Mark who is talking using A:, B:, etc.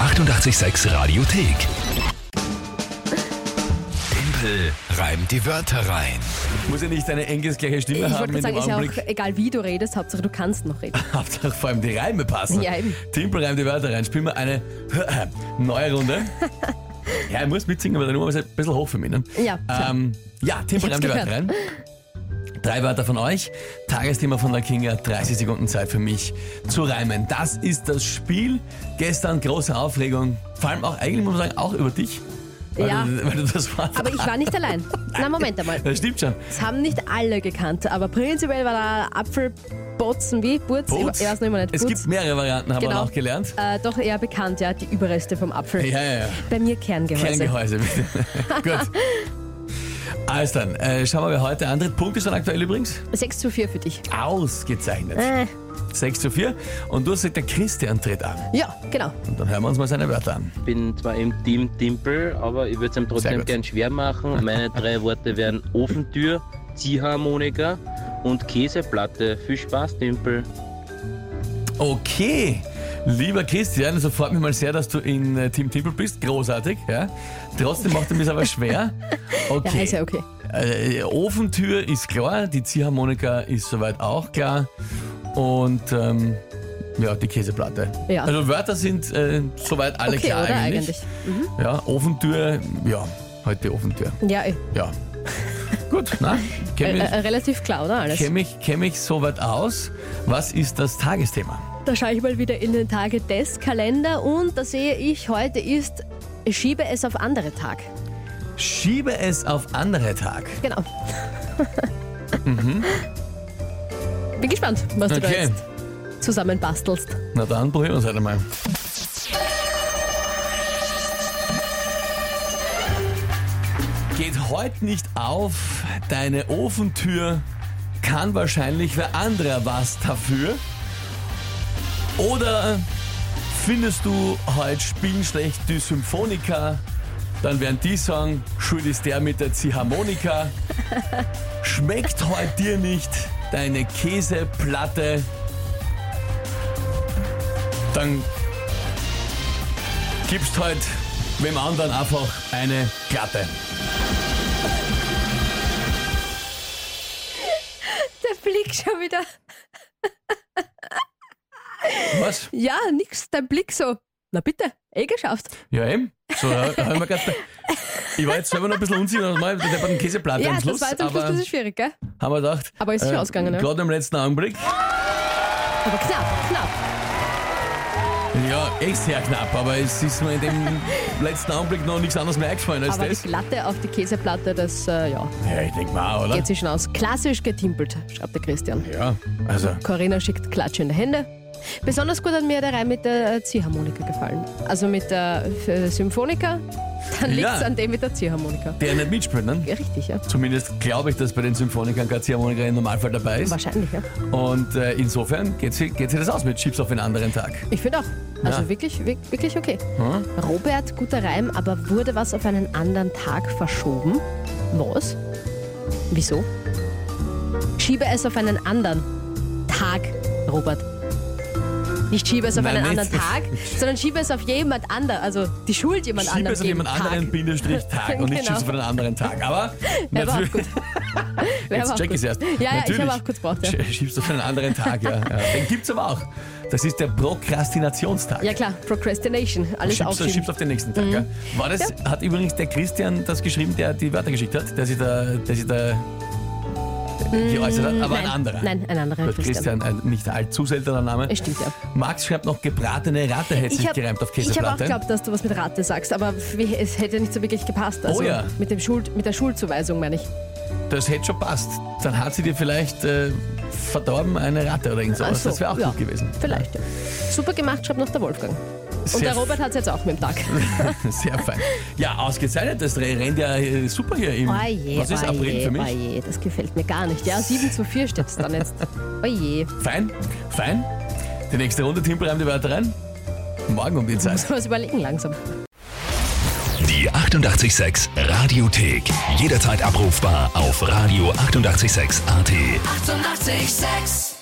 A: 886 Radiothek. Tempel reimt die Wörter rein.
B: Muss ja nicht eine engelsgleiche Stimme
C: Ich wollte
B: haben
C: gerade
B: in Äh,
C: sagen,
B: dem
C: ist ja
B: Augenblick.
C: auch egal, wie du redest, Hauptsache du kannst noch reden.
B: Hauptsache vor allem die Reime passen.
C: Ja, eben.
B: Timpel reimt die Wörter rein. Spielen wir eine neue Runde. ja, ich muss mitsingen, aber der Nummer ist ein bisschen hoch für mich. Ne?
C: Ja, klar.
B: Ähm, ja, Timpel
C: Ich
B: reimt
C: hab's
B: die Wörter rein. Drei Wörter von euch. Tagesthema von der Kinga. 30 Sekunden Zeit für mich zu reimen. Das ist das Spiel. Gestern große Aufregung. Vor allem auch, eigentlich muss man sagen, auch über dich. Weil,
C: Ja.
B: du, weil du das Wort
C: Aber ich war nicht allein. Na, Moment einmal.
B: Das stimmt schon.
C: Das haben nicht alle gekannt, aber prinzipiell war da Apfelbotzen wie Burz,
B: Boots.
C: ich weiß noch immer nicht.
B: Es
C: Boots.
B: gibt mehrere Varianten, haben wir auch gelernt.
C: Äh, doch eher bekannt, ja, die Überreste vom Apfel.
B: Ja, ja, ja.
C: Bei mir Kerngehäuse.
B: Kerngehäuse, bitte. Gut. Alles dann, äh, schauen wir wer heute antritt. Punkt ist dann aktuell übrigens
C: 6 zu 4 für dich.
B: ausgezeichnet.
C: Äh,
B: 6 zu 4. Und du sagst, der Christian tritt an.
C: ja, genau.
B: Und dann hören wir uns mal seine Wörter an.
D: bin zwar im Team Timpel, aber ich würde es ihm
B: Sehr
D: trotzdem
B: gut.
D: gern schwer machen. Meine drei Worte wären Ofentür, Ziehharmonika und Käseplatte. Viel Spaß, Timpel.
B: Okay. Lieber Christian, also freut mich mal sehr, dass du in äh, Team Timpel bist. Großartig, ja. Trotzdem macht er mir es aber schwer. Okay.
C: Ja, ist ja okay.
B: Äh, Ofentür ist klar, die Ziehharmonika ist soweit auch klar und ähm, ja, die Käseplatte.
C: Ja.
B: Also Wörter sind äh, soweit alle
C: Okay,
B: klar
C: oder
B: eigentlich.
C: eigentlich? Mhm.
B: Ja, Ofentür, ja, heute die Ofentür.
C: Ja, äh,
B: Ja. Gut, na,
C: äh,
B: kenne
C: äh,
B: mich,
C: relativ klar, oder? Alles.
B: kenn mich, kenn mich soweit aus. Was ist das Tagesthema?
C: Da schaue ich mal wieder in den Tage des Kalender und da sehe ich, heute ist Schiebe es auf andere Tag.
B: Schiebe es auf andere Tag.
C: Genau. Bin gespannt, was du da
B: Mhm. Okay.
C: jetzt zusammenbastelst.
B: Na dann probieren wir es halt einmal. Geht heute nicht auf, deine Ofentür kann wahrscheinlich wer anderer was dafür. Oder findest du heute spielen schlecht die Symphonika, dann werden die sagen, schuld ist der mit der Ziehharmonika. Schmeckt heute dir nicht deine Käseplatte, dann gibst halt wem anderen einfach eine Klappe.
C: Der Blick schon wieder.
B: Was?
C: Ja, nix, dein Blick so. Na bitte, eh geschafft.
B: Ja, eben. So, da hab ich mir grad, ich war jetzt selber noch ein bisschen unsicher, das war der den Käseplatte
C: ja,
B: am Schluss.
C: das war jetzt am Schluss
B: aber
C: ein bisschen schwierig, gell?
B: haben wir gedacht.
C: Aber ist sicher ausgegangen, ne?
B: Gerade im letzten Augenblick.
C: Aber knapp, knapp.
B: Ja, echt sehr knapp, aber es ist mir in dem letzten Augenblick noch nichts anderes mehr eingefallen als
C: Aber die
B: das.
C: Glatte auf die Käseplatte, das äh, ja,
B: Ja, ich denk mal, auch, oder?
C: geht sich schon aus. Klassisch getimpelt, schreibt der Christian.
B: Ja, also.
C: Corinna schickt klatschende Hände. Besonders gut hat mir der Reim mit der äh, Ziehharmonika gefallen. Also mit der äh, Symphonika, dann
B: Ja.
C: liegt's an dem mit der Ziehharmonika.
B: Der nicht mitspielt, ne?
C: Ja, richtig, ja.
B: Zumindest glaube ich, dass bei den Symphonikern Garcia-Harmoniker im Normalfall dabei ist.
C: Wahrscheinlich, ja.
B: Und äh, insofern geht sich geht sie das aus mit Chips auf den anderen Tag.
C: Ich finde auch.
B: Ja.
C: Also
B: Hm?
C: wirklich, wirklich, wirklich okay. Robert, guter Reim, aber wurde was auf einen anderen Tag verschoben? Was? Wieso? Schiebe es auf einen anderen Tag, Robert. Nicht schiebe es auf
B: Nein,
C: einen
B: nicht.
C: anderen Tag, sondern schiebe es auf jemand anderen, also die Schuld jemand
B: Schieb
C: anderem.
B: es auf jemand
C: geben,
B: anderen
C: Tag.
B: Bindestrich Tag und nicht
C: Genau.
B: Chips auf einen anderen Tag. Aber
C: Ja, war auch
B: natürlich,
C: gut. Ja, war
B: jetzt
C: auch
B: check
C: gut.
B: ich erst.
C: Ja, ja, ich
B: natürlich,
C: habe auch kurz gebraucht. Ja.
B: sch- Schiebst auf einen anderen Tag, ja. ja. Den gibt's aber auch. Das ist der Prokrastinationstag.
C: ja klar, Procrastination, alles
B: Schiebst, du-
C: aufschieben. Mhm.
B: schiebst auf den nächsten Tag. Ja. War das, Hat übrigens der Christian das geschrieben, der die Wörter geschickt hat, der sich da, der sich da geäußert hat, aber
C: Mm, Nein,
B: ein anderer.
C: Nein, ein anderer
B: Gut, Christian, ein nicht allzu seltener Name.
C: Es stimmt, ja.
B: Max schreibt noch, gebratene Ratte hätte sich
C: hab-
B: gereimt auf
C: Ich habe auch
B: Käseplatte.
C: geglaubt, dass du was mit Ratte sagst, aber wie- es hätte nicht so wirklich gepasst. Also
B: Oh ja.
C: mit, dem Schuld, mit der Schuldzuweisung meine ich.
B: das hätte schon passt. Dann hat sie dir vielleicht äh, verdorben eine Ratte oder irgend sowas.
C: Ach so,
B: das wäre auch
C: Also, ja.
B: gut gewesen.
C: Vielleicht. Ja. Super gemacht, schreibt noch der Wolfgang. Und
B: Sehr
C: der Robert hat es jetzt auch mit dem Tag.
B: Sehr fein. Ja, ausgezeichnet. Das rennt ja äh, super hier im. was ist April für mich?
C: Oje, das gefällt mir gar nicht. Ja, 7 zu 4 steht es dann jetzt. Oje,
B: Fein, fein. Die nächste Runde, Timpel reimt die Wörter rein. Morgen um die Zeit.
C: muss man was überlegen langsam.
A: Die 886 Radiothek. Jederzeit abrufbar auf radio886.at. 886! 886.
E: 886